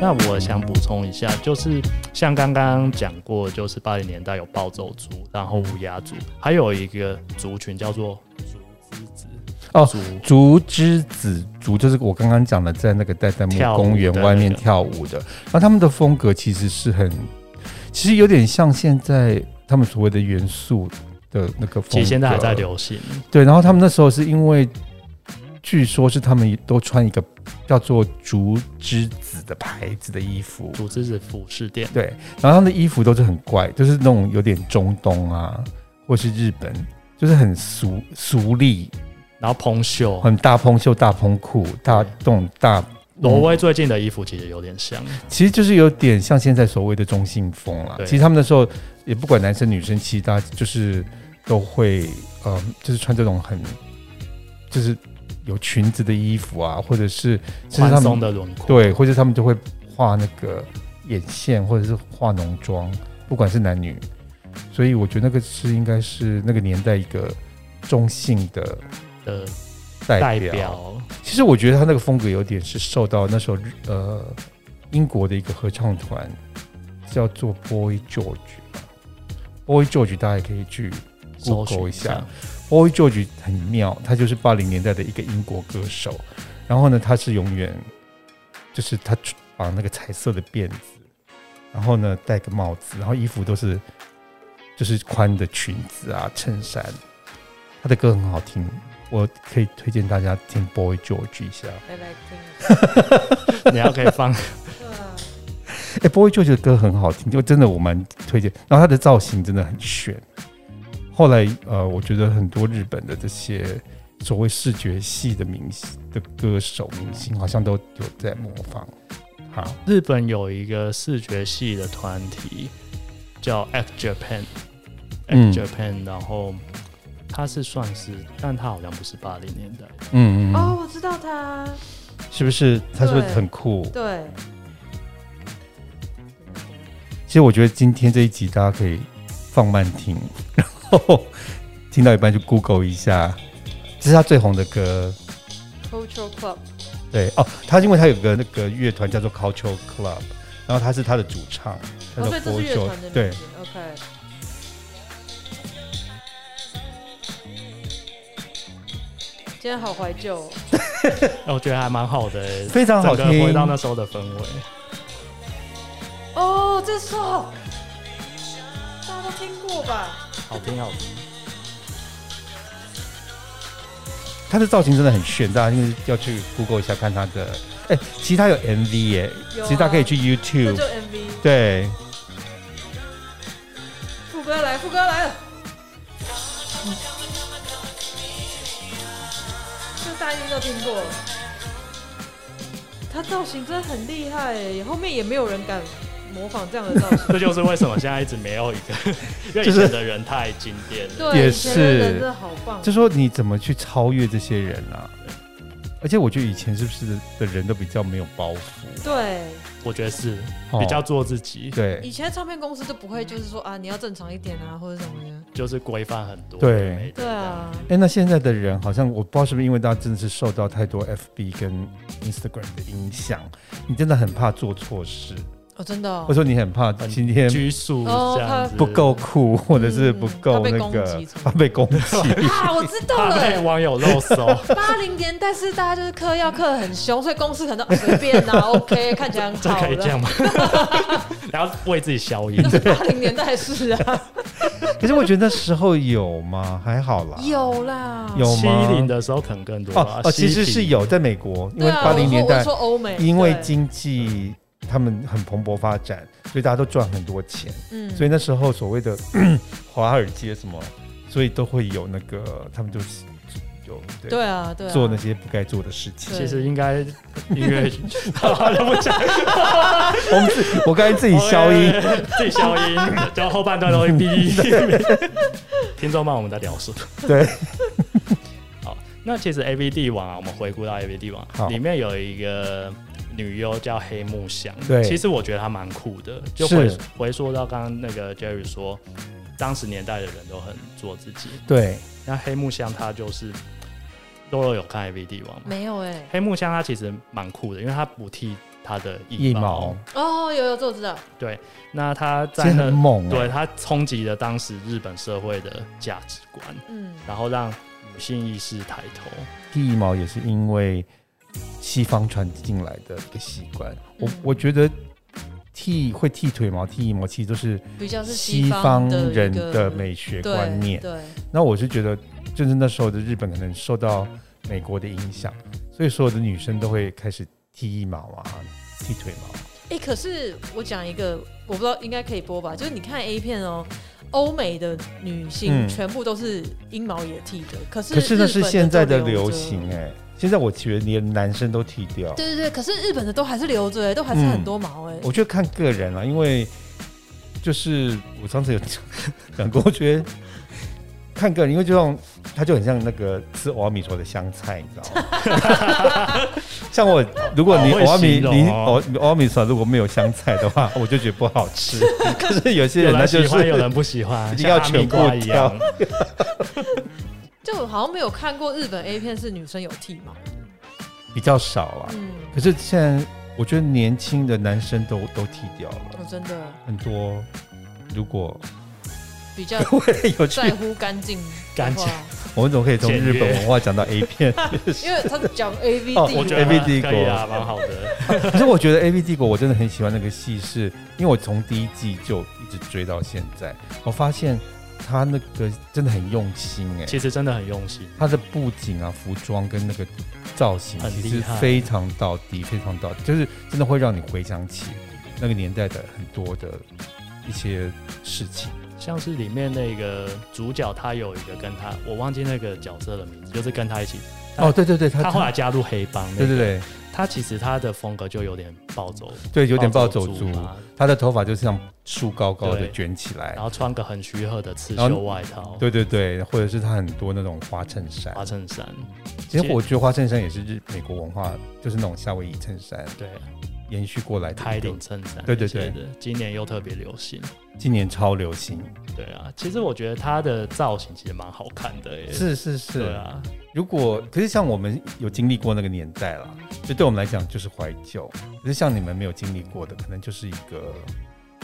那我想补充一下，就是像刚刚讲过，就是八零年代有暴走族，然后乌鸦族，还有一个族群叫做竹子子哦族竹之子竹就是我刚刚讲的，在那个代代木跳舞的公园外面那个跳舞的，然后他们的风格其实是很，其实有点像现在他们所谓的元素的那个风格，其实现在还在流行。对，然后他们那时候是因为，据说是他们都穿一个叫做竹之子的牌子的衣服，竹子子服饰店，对，然后他们的衣服都是很怪，就是那种有点中东啊，或是日本，就是很俗俗丽，然后蓬袖，很大蓬袖、大蓬裤、大洞大，嗯挪威最近的衣服其实有点像，其实就是有点像现在所谓的中性风啦。对其实他们那时候也不管男生女生，其实大家就是都会，呃，就是穿这种很，就是有裙子的衣服啊，或者是甚至宽他松们的轮廓，对，或者他们就会画那个眼线，或者是化浓妆，不管是男女。所以我觉得那个是应该是那个年代一个中性的的代代表。表。其实我觉得他那个风格有点是受到那时候日呃英国的一个合唱团叫做 Boy George 吧，Boy George 大家也可以去搜寻 Google 一下，Boy George 很妙，他就是八零年代的一个英国歌手。然后呢，他是永远就是他绑那个彩色的辫子，然后呢戴个帽子，然后衣服都是就是宽的裙子啊、衬衫。他的歌很好听，我可以推荐大家听 Boy George 一下。来来听一 下。你要可以放，对啊哎、b o y George 的歌很好听，就真的我蛮推荐。然后他的造型真的很炫。后来呃，我觉得很多日本的这些所谓视觉系的明星的歌手明星，好像都有在模仿。好，日本有一个视觉系的团体叫 Act Japan，Act、嗯 Japan，然后它是算是，但它好像不是八零年代，嗯哦，，我知道他，是不是？他是不是对很酷？对，其实我觉得今天这一集大家可以放慢听，然后听到一半就 Google 一下，这是他最红的歌。 Cultural Club，对哦，他因为他有个那个乐团叫做 Cultural Club，然后他是他的主唱，他哦，叫所以这是 Boy 乐 George，团的名字。对， OK，今天好怀旧哦，我觉得还蛮好的、欸，非常好听整个回到那时候的氛围。哦，这首大家都听过吧？好听好听， 他的造型真的很炫，大家就是要去 Google 一下看他的。哎、其实他有 MV 耶、有啊其实大家可以去这 YouTube 就。MV，对，副歌来，副歌来了。嗯这大家应该都听过。他造型真的很厉害耶，后面也没有人敢模仿这样的造型。这就是为什么现在一直没有一个， 因为以前的人太经典了。 对，也以前的人是真的好棒。就说你怎么去超越这些人啊？而且我觉得以前是不是的人都比较没有包袱，对，我觉得是哦比较做自己，对以前唱片公司都不会，就是说啊，你要正常一点啊，或者什么的。就是规范很多。对没得对啊，哎、那现在的人好像我不知道是不是因为大家真的是受到太多 FB 跟 Instagram 的影响，你真的很怕做错事，哦，真的哦或者。说你很怕很今天拘束哦这样子，不够酷，或者是不够嗯那他被攻个击什么，他被攻击。 啊，我知道怕被了。网友肉搜。八零年代是大家就是嗑药嗑得很凶，所以公司可能啊随便啊 ，OK，看起来很这好可以这的。样吗？ 然后为自己消 音那，是八零年代是啊，可是我觉得那时候有吗？还好啦，有啦，有七吗？零的时候可能更多吧哦。哦，其实70是有，在美国，因对为啊八零年我代说我说欧美，因为对，经济他们很蓬勃发展，所以大家都赚很多钱，嗯所以那时候所谓的 华尔街什么，所以都会有那个他们就是有对对啊，对啊，做那些不该做的事情。其对实应该音乐， 好了不讲，，我们自我刚才自己消音，自己消音，就后半段都会 逼。听众们，我们在聊什么？对，好，那其实 A V 帝王啊，我们回顾到 A V 帝王好里面有一个女优叫黑木香，对其实我觉得她蛮酷的，就是回回溯到刚刚那个 Jerry 说，当时年代的人都很做自己，对，那黑木香她就是，肉肉有看 A V 帝王吗？没有哎，黑木香她其实蛮酷的，因为她不剃它的一一毛毛。，哦，有有，这我知道。那它其实在很那，猛、欸，对，它冲击了当时日本社会的价值观，嗯，然后让女性意识抬头。剃毛也是因为西方传进来的一个习惯。我嗯我觉得剃会剃腿毛、剃腋毛，其实都是比较是西方方的人一个的美学对观念。对，那我是觉得，就是那时候的日本可能受到美国的影响，所以所有的女生都会开始剃腋毛啊、剃腿毛。哎、可是我讲一个，我不知道应该可以播吧？就是你看 A 片哦，欧美的女性嗯全部都是阴毛也剃的，可是可是那日是本现在都的留流着行哎、现在我觉得连男生都剃掉。对对对，可是日本的都还是留着、欸，都还是很多毛哎、嗯我觉得看个人啊啦，因为就是我上次有讲 过，我觉得看个人，因为就像它就很像那个吃欧阿米说的香菜，你知道吗？像我，如果你好欧会阿米形容你哦欧欧阿米说如果没有香菜的话，我就觉得不好吃。可是有些有人他人就喜欢，有是人不喜欢，一定要像哈密全部瓜一样。就我好像没有看过日本 A 片是女生有剃毛。比较少啊。嗯，可是现在我觉得年轻的男生都都剃掉我了哦真的很多，如果比较有去在，乎干净的话，干净我们怎么可以从简日约本文化讲到 A 片？因为他讲 A V 哦帝我国，觉得 AV 帝国可以啊，蛮好的。可是我觉得《A V 帝国》我真的很喜欢那个戏，是因为我从第一季就一直追到现在，我发现他那个真的很用心哎、其实真的很用心，他的布景啊、服装跟那个造型，很其厉实害非常到底，非常到底，就是真的会让你回想起那个年代的很多的一些事情。像是里面那个主角，他有一个跟他，我忘记那个角色的名字，就是跟他一起，他哦，对对对，他他后来加入黑帮、那对个对对他其实他的风格就有点暴走，对，有点暴走暴族，嘛他的头发就像树高高的对哦卷起来然，后穿个很虚赫的刺然后绣外套，对对对，或者是他很多那种花衬衫，花衬衫，其实我觉得花衬衫也是日美国文化，就是那种夏威夷衬衫对，延续过来的。开领，衬衫，对对对的，今年又特别流行，今年超流行。对啊，其实我觉得他的造型其实蛮好看的耶，是是是。对啊，如果可是像我们有经历过那个年代啦，就对我们来讲就是怀旧。可是像你们没有经历过的，可能就是一个。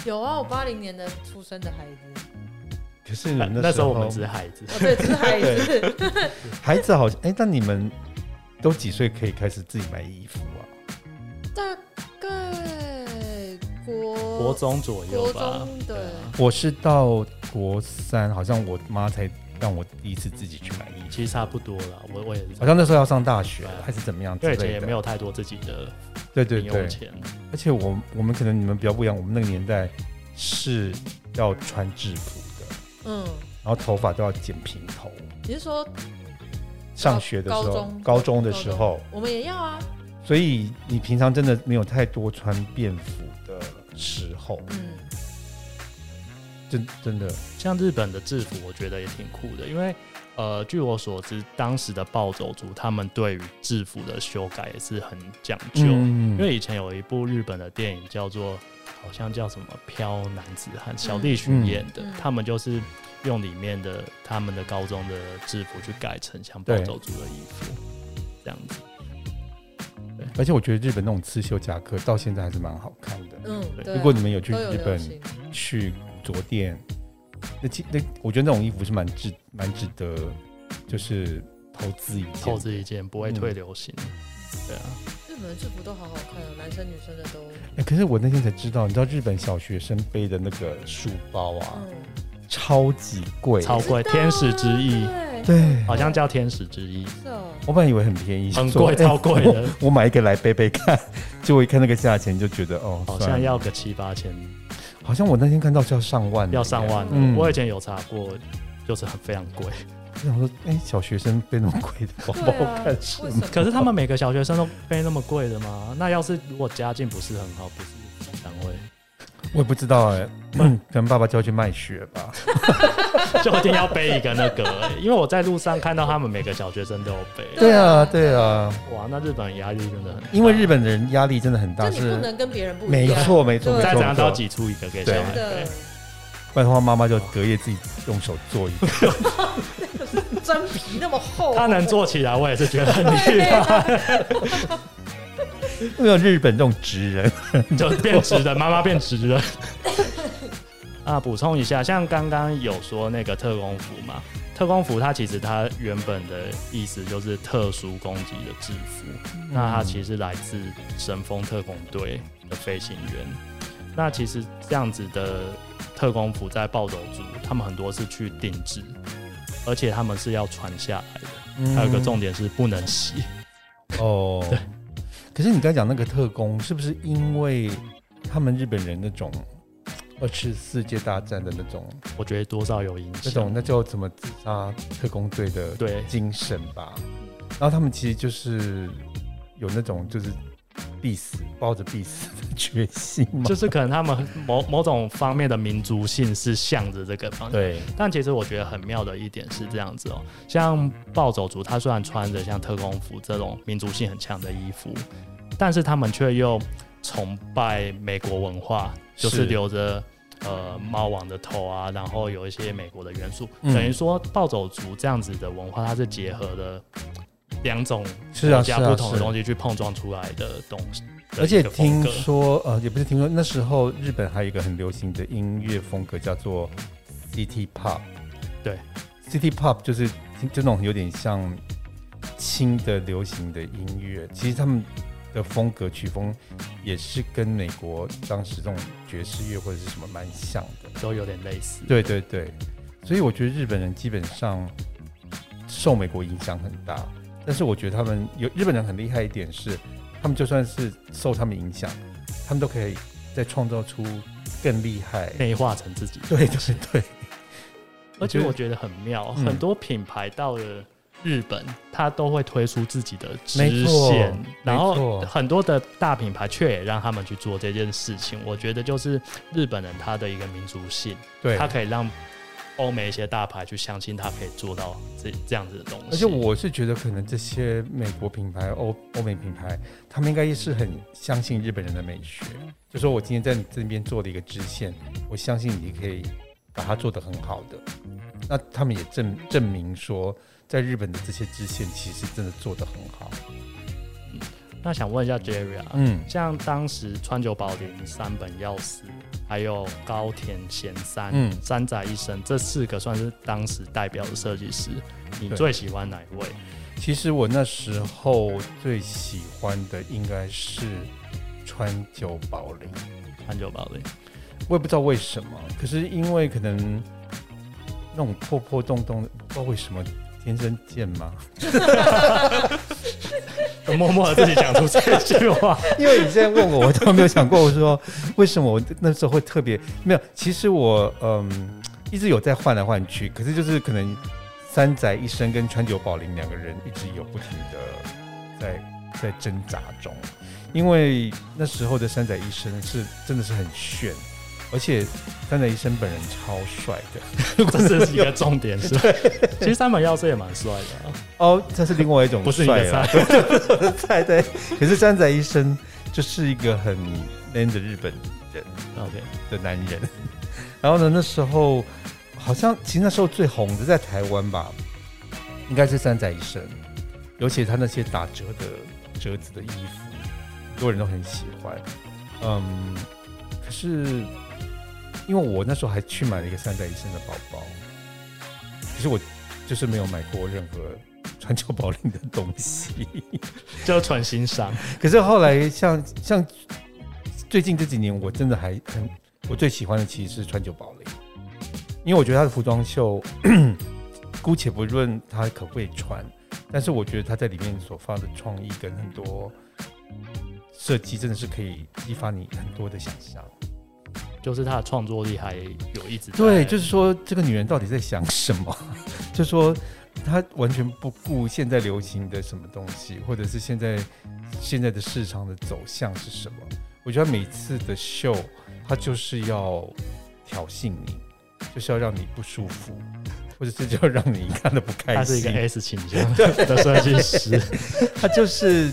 有啊，我八零年的出生的孩子，可是那嗯那时候我们只是孩子，哦对，只是孩子，孩子好像哎，那你们都几岁可以开始自己买衣服啊？大概国国中左右哦国吧，中对。啊我是到国三，好像我妈才让我第一次自己去买衣服，其实差不多了，我我也是这样，好像那时候要上大学对啊还是怎么样之因为类以的。前也没有太多自己的对对零对用，钱，而且我我们可能你们比较不一样，我们那个年代是要穿制服的，嗯，然后头发都要剪平头。你是说上学的时哦高候，中的时候，我们也要啊？所以你平常真的没有太多穿便服的时候，嗯，真真的像日本的制服，我觉得也挺酷的，因为呃，据我所知，当时的暴走族他们对于制服的修改也是很讲究，嗯因为以前有一部日本的电影叫做好像叫什么《飘男子汉》，小栗旬演的，嗯嗯他们就是用里面的他们的高中的制服去改成像暴走族的衣服，这样子。而且我觉得日本那种刺绣夹克到现在还是蛮好看的。嗯，对啊、如果你们有去都有日流本行去古着店，那其那我觉得那种衣服是蛮值蛮值得，就是投资一件的，透支一件不会退流行，嗯对啊，日本的制服都好好看哦，男生女生的都，欸可是我那天才知道，你知道日本小学生背的那个书包啊，嗯，超级贵，超贵，天使之翼。对，啊对。好像叫天使之翼，嗯是哦，我本来以为很便宜，很想说贵欸超贵 的我。我买一个来背背看，结果一看那个价钱就觉得哦，好算像了要个七八千好像我那天看到是要上万，要上万。嗯我以前有查过，就是很非常贵。我想说，哎、小学生背那么贵的包对包啊干什为么什？么？可是他们每个小学生都背那么贵的吗？那要是如果家境不是很好，不是单位，我也不知道哎、 嗯可能爸爸叫去卖血吧。 就一定要背一个那个、欸因为我在路上看到他们每个小学生都有背。对啊，对啊，哇，那日本压力真的很大，因为日本人压力真的很大，就你不是能跟别人不一样，没错没错对啊没再错怎，样都要挤出一个给小对孩真的背。不然的话妈妈就隔夜自己用手做一个。 真皮那么厚，他能做起来，我也是觉得很厉害。对啊没有日本这种直人， 就变直的，妈妈变直的。 啊，补充一下，像刚刚有说那个特工服嘛，特工服它其实它原本的意思就是特殊攻击的制服，那它其实来自神风特工队的飞行员。那其实这样子的特工服在暴走族，他们很多是去定制，而且他们是要传下来的。还有一个重点是不能洗，嗯 哦，对。可是你刚才讲那个特工，是不是因为他们日本人那种二次世界大战的那种我觉得多少有影响。那种那叫怎么自杀特工队的对精神吧？然后他们其实就是有那种就是必死抱着必死的决心嘛。就是可能他们某某种方面的民族性是向着这个方向。对，但其实我觉得很妙的一点是这样子哦，像暴走族，他虽然穿着像特工服这种民族性很强的衣服，但是他们却又崇拜美国文化，就是是留着呃猫王的头啊，然后有一些美国的元素，嗯等于说暴走族这样子的文化，它是结合了两种是国啊，是家啊，不同的是啊东西去碰撞出来的东西。的而且一个风听格说，呃，也不是听说，那时候日本还有一个很流行的音乐风格叫做 City Pop。对，City Pop 就是就那种有点像轻的流行的音乐。其实他们的风格曲风也是跟美国当时这种爵士乐或者是什么蛮像的。都有点类似。对对对，所以我觉得日本人基本上受美国影响很大，但是我觉得他们有日本人很厉害一点是，他们就算是受他们影响，他们都可以再创造出更厉害。内化成自己。对对对，而且我觉得我觉得很妙，嗯很多品牌到了日本，它都会推出自己的没支错线，然没后错很多的大品牌却也让他们去做这件事情。我觉得就是日本人他的一个民族性，对他可以让欧美一些大牌去相信他可以做到这这样子的东西。而且我是觉得可能这些美国品牌、欧欧美品牌，他们应该也是很相信日本人的美学，就说我今天在你这边做了一个支线，我相信你可以把它做得很好的。那他们也证证明说，在日本的这些支线其实真的做得很好。啊那想问一下 Jerry 啊，嗯，像当时川久保玲、三本耀司，还有高田贤三、嗯三宅一生这四个算是当时代表的设计师，你对最喜欢哪一位？其实我那时候最喜欢的应该是川久保玲。川久保玲。我也不知道为什么，可是因为可能那种破破洞洞，不知道为什么天生贱嘛。默默的自己讲出这句 话， 因为你现在问我，我都没有想过，我说 为什么我那时候会特别没有。其实我嗯一直有在换来换去，可是就是可能三宅一生跟川久保玲两个人一直有不停的在在挣扎中，因为那时候的三宅一生是真的是很炫，而且三宅一生本人超帅的。这是一个重点，是吧？ 其实三本耀司也蛮帅的啊、哦，这是另外一种 不是你帅啊的啦菜。菜 对，可是山仔医生就是一个很 man 的日本 OK，的男人。 然后呢，那时候好像其实那时候最红的在台湾吧，应该是山仔医生，尤其他那些打折的折子的衣服，很多人都很喜欢。嗯，可是因为我那时候还去买了一个山仔医生的包包，可是我就是没有买过任何川久保玲的东西。就是纯欣赏。可是后来像像最近这几年，我真的还很我最喜欢的其实是川久保玲，因为我觉得她的服装秀， 姑且不论她可不可以穿，但是我觉得她在里面所发的创意跟很多设计，真的是可以激发你很多的想象。就是他的创作力还有一直在对，就是说这个女人到底在想什么？ 就说她完全不顾现在流行的什么东西，或者是现在现在的市场的走向是什么？我觉得她每次的秀，她就是要挑衅你，就是要让你不舒服，或者是就要让你看的不开他是一个心。 S 倾向的设计师，她就是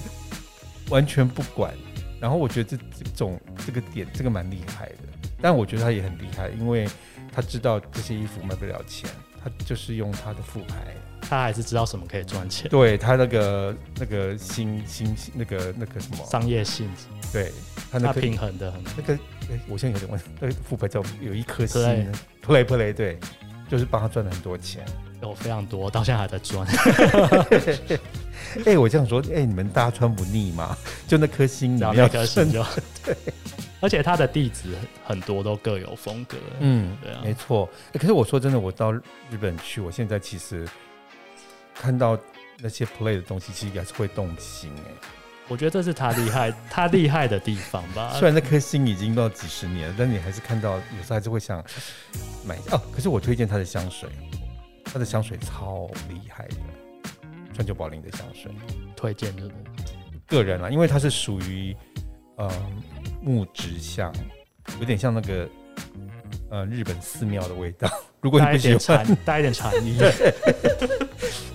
完全不管。然后我觉得这这种这个点，这个蛮厉害的。但我觉得他也很厉害，因为他知道这些衣服卖不了钱，他就是用他的副牌。他还是知道什么可以赚钱，对他那个那个新新那个那个什么，商业性质，对他那他个平衡的很好。那个，哎我现在有点问题，那个副牌叫有一颗星 Play ，play play 对，就是帮他赚了很 多钱。有非常多，到现在还在赚。哎、我这样说，哎、你们大家穿不腻吗？就那颗嗯星，你只要们要那颗穿星就 而且它的地址很多都各有风格。嗯，对啊没错、欸可是我说真的，我到日本去，我现在其实看到那些 play 的东西，其实还是会动心哎、我觉得这是他厉害，他厉害的地方吧。 虽然那颗心已经到几十年了，但你还是看到，有时候还是会想买 一下哦。可是我推荐它的香水，它的香水超厉害的，川久保玲的香水。推荐就是个人啦，啊因为它是属于呃木质香，有点像那个呃日本寺庙的味道。如果你带不一喜点欢，禅，带一点禅 意。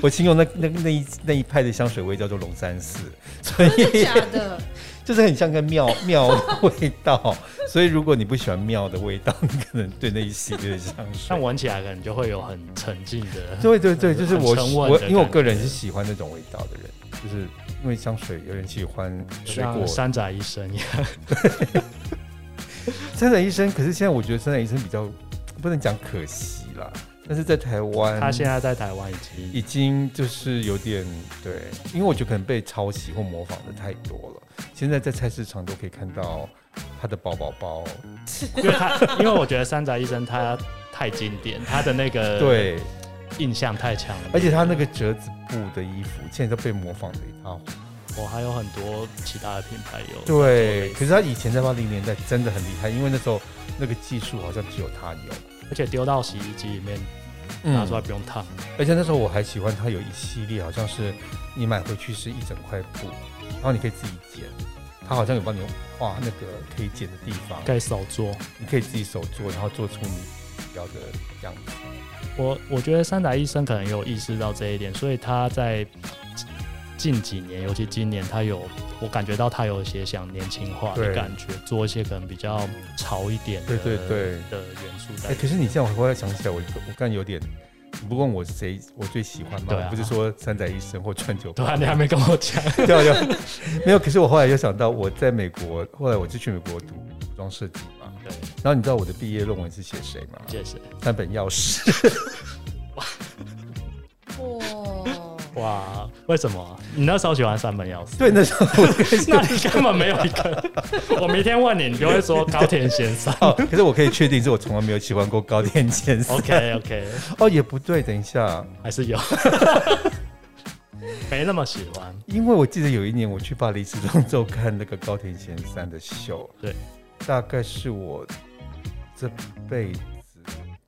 我形容那那那一那一派的香水味叫做龙山寺，所真的以假的？就是很像个庙 庙的味道。所以如果你不喜欢庙的味道，你可能对那一系列的香 但水。闻起来可能就会有很沉静的，对对对，就是我很沉稳的我感觉因为我个人是喜欢那种味道的人，就是因为香水有人喜欢水果像山宅医生一样。真的医生，可是现在我觉得真的医生比较不能讲可惜啦，但是在台湾，他现在在台湾已经已经就是有点对，因为我觉得可能被抄袭或模仿的太多了。现在在菜市场都可以看到他的包包包，因为他，因为我觉得山宅医生他太经典，他的那个 对，印象太强了，而且他那个折子布的衣服现在都被模仿的一塌糊涂。我还有很多其他的品牌有对，可是他以前在八零年代真的很厉害，因为那时候那个技术好像只有他有。而且丢到洗衣机里面嗯拿出来不用烫，而且那时候我还喜欢它有一系列，好像是你买回去是一整块布，然后你可以自己剪，它好像有帮你画那个可以剪的地方，可以手做。你可以自己手做，然后做出你要的样子。我我觉得三宅医生可能有意识到这一点，所以他在近几年，尤其今年，他有我感觉到他有一些想年轻化的对感觉，做一些可能比较潮一点的对对对的元素在里哎、面。可是你这样我忽然想起来，我我刚有点，你不问我谁我最喜欢吗？对啊我不是说三宅一生或川久 保对啊，你还没跟我 讲，对啊，对啊，没有。可是我后来又想到，我在美国，后来我就去美国读服装设计嘛。对，然后你知道我的毕业论文是写谁吗？谢谢。三本钥匙。哇！哇，为什么你那时候喜欢三本钥匙？ 对，那时候我就那你根本没有一个。我明天问你，你就会说高田先生。 哦，可是我可以确定，是我从来没有喜欢过高田健三。 OK OK，哦，也不对，等一下，还是有， 没那么喜欢。因为我记得有一年我去巴黎时装周看那个高田健三的秀，对，大概是我这辈子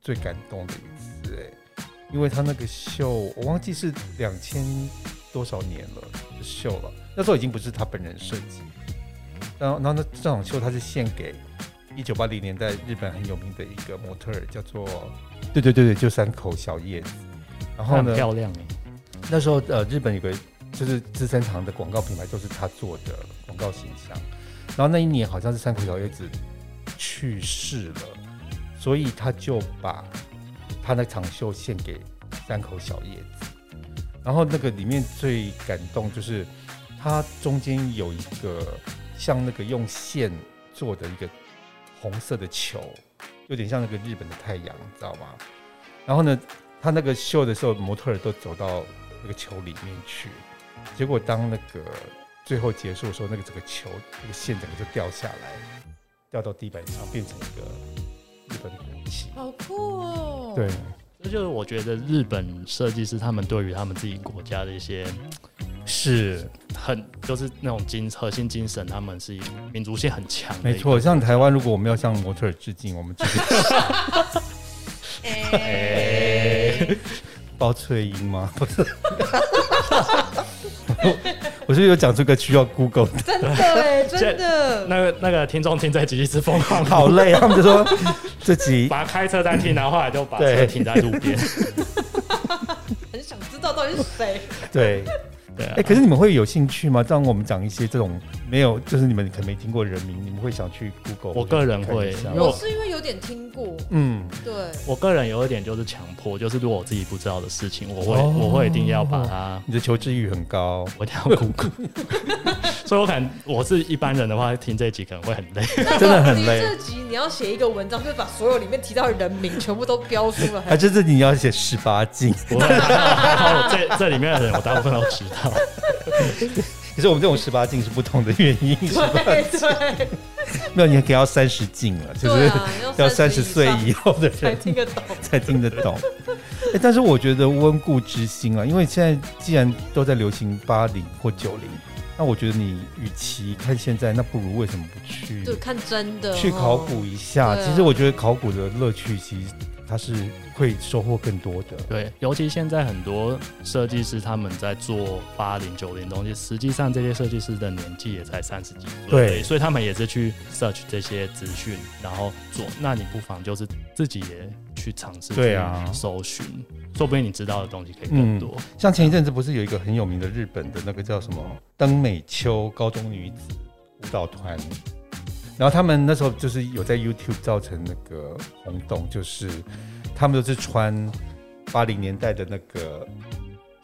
最感动的一次哎，因为他那个秀，我忘记是两千多少年了的秀了，那时候已经不是他本人设计，然后然后那这场秀他是献给一九八零年代日本很有名的一个模特儿，叫做对对对对，就山口小叶子，然后很呢，漂亮耶欸那时候呃，日本有个就是资生堂的广告品牌都是他做的广告形象，然后那一年好像是山口小叶子去世了，所以他就把他那场秀献给山口小叶子，然后那个里面最感动就是它中间有一个像那个用线做的一个红色的球，有点像那个日本的太阳，你知道吗？然后呢，他那个秀的时候，模特儿都走到那个球里面去，结果当那个最后结束的时候，那个整个球那个线整个就掉下来，掉到地板上，变成一个日本的国旗。好酷哦！对，这就是我觉得日本设计师他们对于他们自己国家的一些是很就是那种精核心精神，他们是民族性很强的。没错。，像台湾，如果我们要向模特儿致敬，我们致 敬哎，包翠英吗？ 不是。我我是不是有讲这个需要 Google 的真的哎，真的，那个那个听众听这集一直疯狂好跑，累啊，他们就说这 集把开车在听，然后后来就把对车停在路边。很想知道到底是谁。对。 对啊哎、，可是你们会有兴趣吗？当我们讲一些这种没有，就是你们可能没听过人名，你们会想去 Google？我个人会看一下因为我我是因为有点听过，嗯，对，我个人有一点就是强迫，就是如果我自己不知道的事情，我会、哦我会一定要把它，你的求知欲很高，我一定 要 Google。所以我可能我是一般人的话，听这一集可能会很 累。真的很累你这集你要写一个文章，就是把所有里面提到的人名全部都标出来。啊，这是你要写十八禁。不会，啊然后这这里面的人我大部分都知道。可是我们这种十八禁是不同的原 因，是 吧？对对，没有，你可能要三十禁了，就是对啊要30三十岁以后的才人听得懂。才听得懂。哎但是我觉得温故知新啊，因为现在既然都在流行八零或九零，那我觉得你与其看现在，那不如为什么不去对，看真的去哦考古一下？对啊其实我觉得考古的乐趣，其实它是会收获更多的。对，尤其现在很多设计师他们在做八零九零东西，实际上这些设计师的年纪也才三十几岁，对所以他们也是去 search 这些资讯，然后做。那你不妨就是自己也去尝试，对啊嗯搜寻，说不定你知道的东西可以更多。像前一阵子不是有一个很有名的日本的那个叫什么登美秋高中女子舞蹈团，然后他们那时候就是有在 YouTube 造成那个轰动，就是他们都是穿八零年代的那个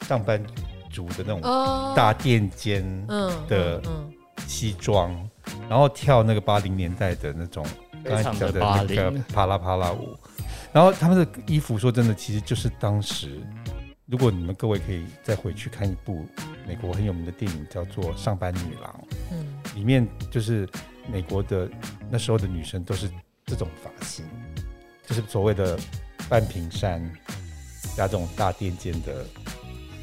上班族的那种哦，大垫肩嗯的嗯西装，然后跳那个八零年代的那种非刚才常讲的的八那零个啪啦啪啦舞，然后他们的衣服说真的，其实就是当时，如果你们各位可以再回去看一部美国很有名的电影，叫做《上班女郎嗯嗯，》，里面就是美国的那时候的女生都是这种发型，就是所谓的半屏衫加这种大垫肩的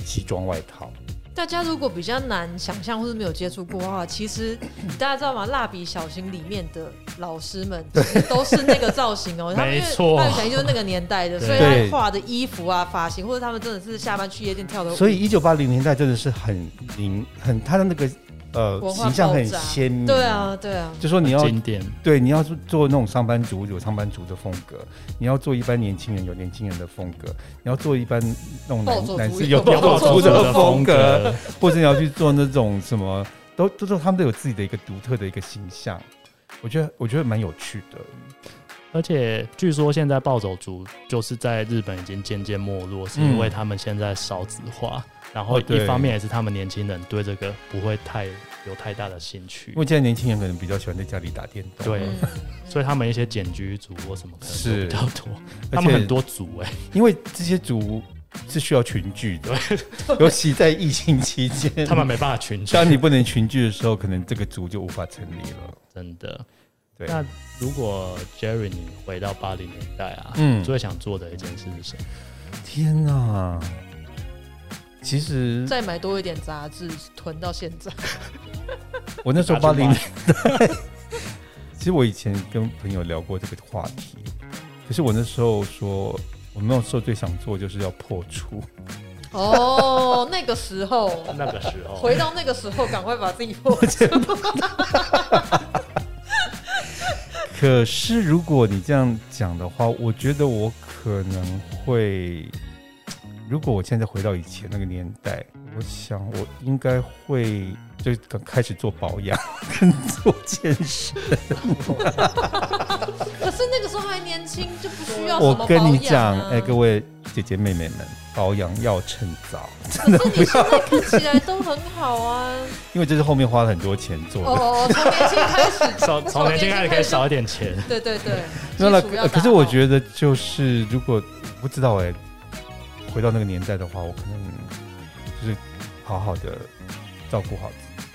西装外套。大家如果比较难想象或是没有接触过的话，其 实大家知道吗？蜡笔小新里面的老师们其实都是那个造型 哦，他们因为没错蜡笔小新就是那个年代的，对所以他对画的衣服啊、发型，或者他们真的是下班去夜店跳的舞，所以一九八零年代真的是很明很他的那个呃文化形象很爆炸鲜明，对，啊对啊，就说你要经典，对你要做做那种上班族有上班族的风格，你要做一般年轻人有年轻人的风格，你要做一般那种暴走族男男士有有 暴暴走走族族的的风格，，或者你要去做那种什么，都都说他们都有自己的一个独特的一个形象。我觉得我觉得蛮有趣的，而且据说现在暴走族就是在日本已经渐渐没落，是因为他们现在少子化，然后嗯哦对一方面也是他们年轻人对这个不会太有太大的兴趣因。为现在年轻人可能比较喜欢在家里打电动，对嗯，所以他们一些简居族或什么可能都是比较多，而他们很且多族哎、因为这些族是需要群聚的， 尤其在疫情期间，他们没办法群居，当你不能群聚的时候，可能这个族就无法成立了。真的。对那如果 Jerry 你回到八零年代啊，嗯最想做的一件事是什么？天哪！其实再买多一点杂志，囤到现 在。我那时候打八去零买年代， 其实我以前跟朋友聊过这个话题，可是我那时候说，我那时候最想做就是要破除，哦，那个时候，哦那个时候，回到那个时候，赶快把自己破。可是如果你这样讲的话，我觉得我可能会，如果我现在回到以前那个年代，我想我应该会就开始做保养 跟做健身。 可是那个时候还年轻，就不需要什么我跟你保养讲，啊哎、各位姐姐妹妹们，保养要趁早，可是 你现在看起来都很好啊。因为这是后面花了很多钱做的。哦，从年轻开始， 从从年轻开始可以少一点钱， 对对对。那了基础要打好可是我觉得就是如果不知道哎、回到那个年代的话，我可能就是好好的照顾好自己吧，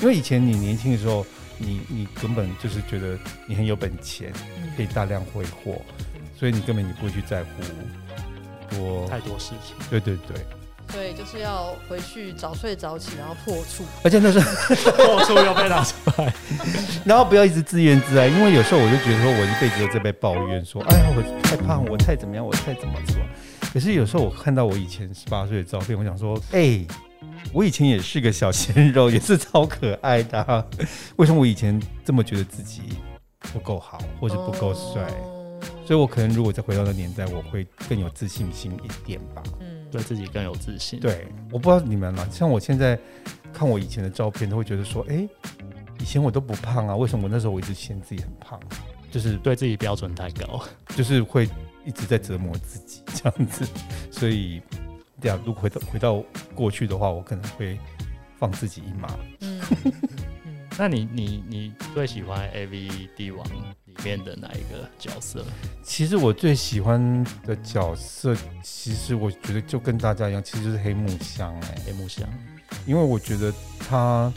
因为以前你年轻的时候，你你根本就是觉得你很有本钱，嗯可以大量挥霍，所以你根本你不会去在乎多。太多事情。对对对，所以就是要回去早睡早起，然后破处。而且那时候。破处又被拿出来，然后不要一直自怨自艾，因为有时候我就觉得说，我一辈子都在被抱怨，说，哎呀，我太胖，我太怎么样，我太怎么怎么样。可是有时候我看到我以前十八岁的照片，我想说，哎、我以前也是个小鲜肉，也是超可爱的啊、为什么我以前这么觉得自己不够好，或者不够帅？哦所以我可能如果再回到那个年代，我会更有自信心一点吧。嗯， 对自己更有自信。，对，我不知道你们啦，像我现在看我以前的照片，都会觉得说，哎、以前我都不胖啊，为什么我那时候我一直嫌自己很胖？就是对自己标准太高。就是会一直在折磨自己这样子，所以对啊，如果回到回到过去的话，我可能会放自己一马。 嗯嗯， 那你你你最喜欢 A V 帝王里面的哪一个角色？其实我最喜欢的角色，其实我觉得就跟大家一样，其实就是黑木香哎、黑木香，因为我觉得他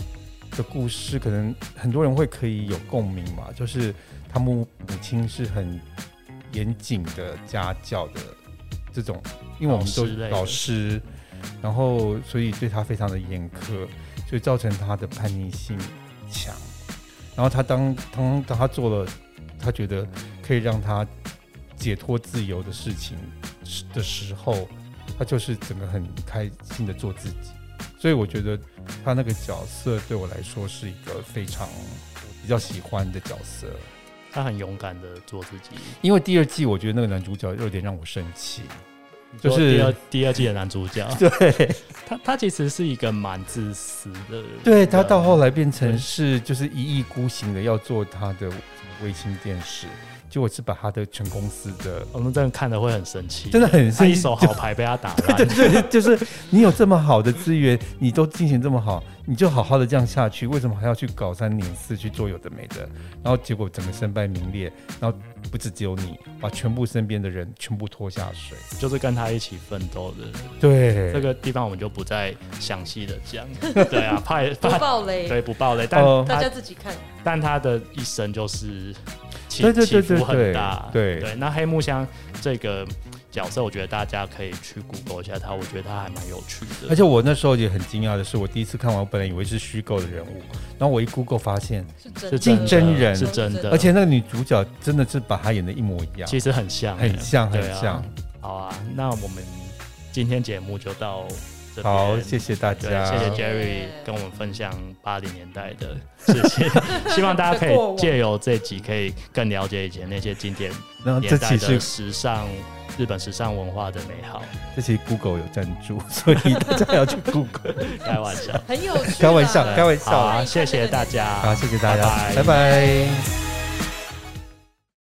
的故事可能很多人会可以有共鸣嘛，就是他母母亲是很严谨的家教的这种，因为我们老师都类的老师，然后所以对他非常的严苛，所以造成他的叛逆性强。然后他当当当他做了他觉得可以让他解脱自由的事情的时候，他就是整个很开心的做自己。所以我觉得他那个角色对我来说是一个非常比较喜欢的角色，他很勇敢的做自己，因为第二季我觉得那个男主角有点让我生气，就做第是，二第二季的男主角 对他他其实是一个蛮自私的人，对，他到后来变成对是就是一意孤行的要做他的卫星电视，结果是把他的全公司的我们真的看的会很生气，真的很他生一气手，好牌被他打烂， 对对，就是你有这么好的资源，你都进行这么好，你就好好的这样下去，为什么还要去搞三年四去做有的没的？然后结果整个身败名裂，然后不止只有你，把全部身边的人全部拖下水。 就是跟他一起奋斗的人。对，这个地方我们就不再详细的讲，对啊，怕不怕暴雷，对不爆雷，但哦大他家自己看。但他的一生就是起对对对起伏很大，对对对。那黑木香这个角色，我觉得大家可以去 Google 一下他，我觉得他还蛮有趣的，而且我那时候也很惊讶的是，我第一次看完，我本来以为是虚构的人物，然后我一 Google 发现，是真是的竞争人是真的，而且那个女主角真的是把她演的一模一样，其实很像，很像对很啊像。好啊，那我们今天节目就到这边，好，谢谢大对，家，谢谢家 Jerry 跟我们分享八零年代的事 情，希望大家可以借由这集可以更了解以前那些经典然后啊这年代期的是时尚日本时尚文化的美好。这期 Google 有赞助，所以大家要去 Google。开玩笑，很有趣啦，开玩笑，开玩笑好啊，啊！谢谢大家，好，谢谢大家，拜拜拜拜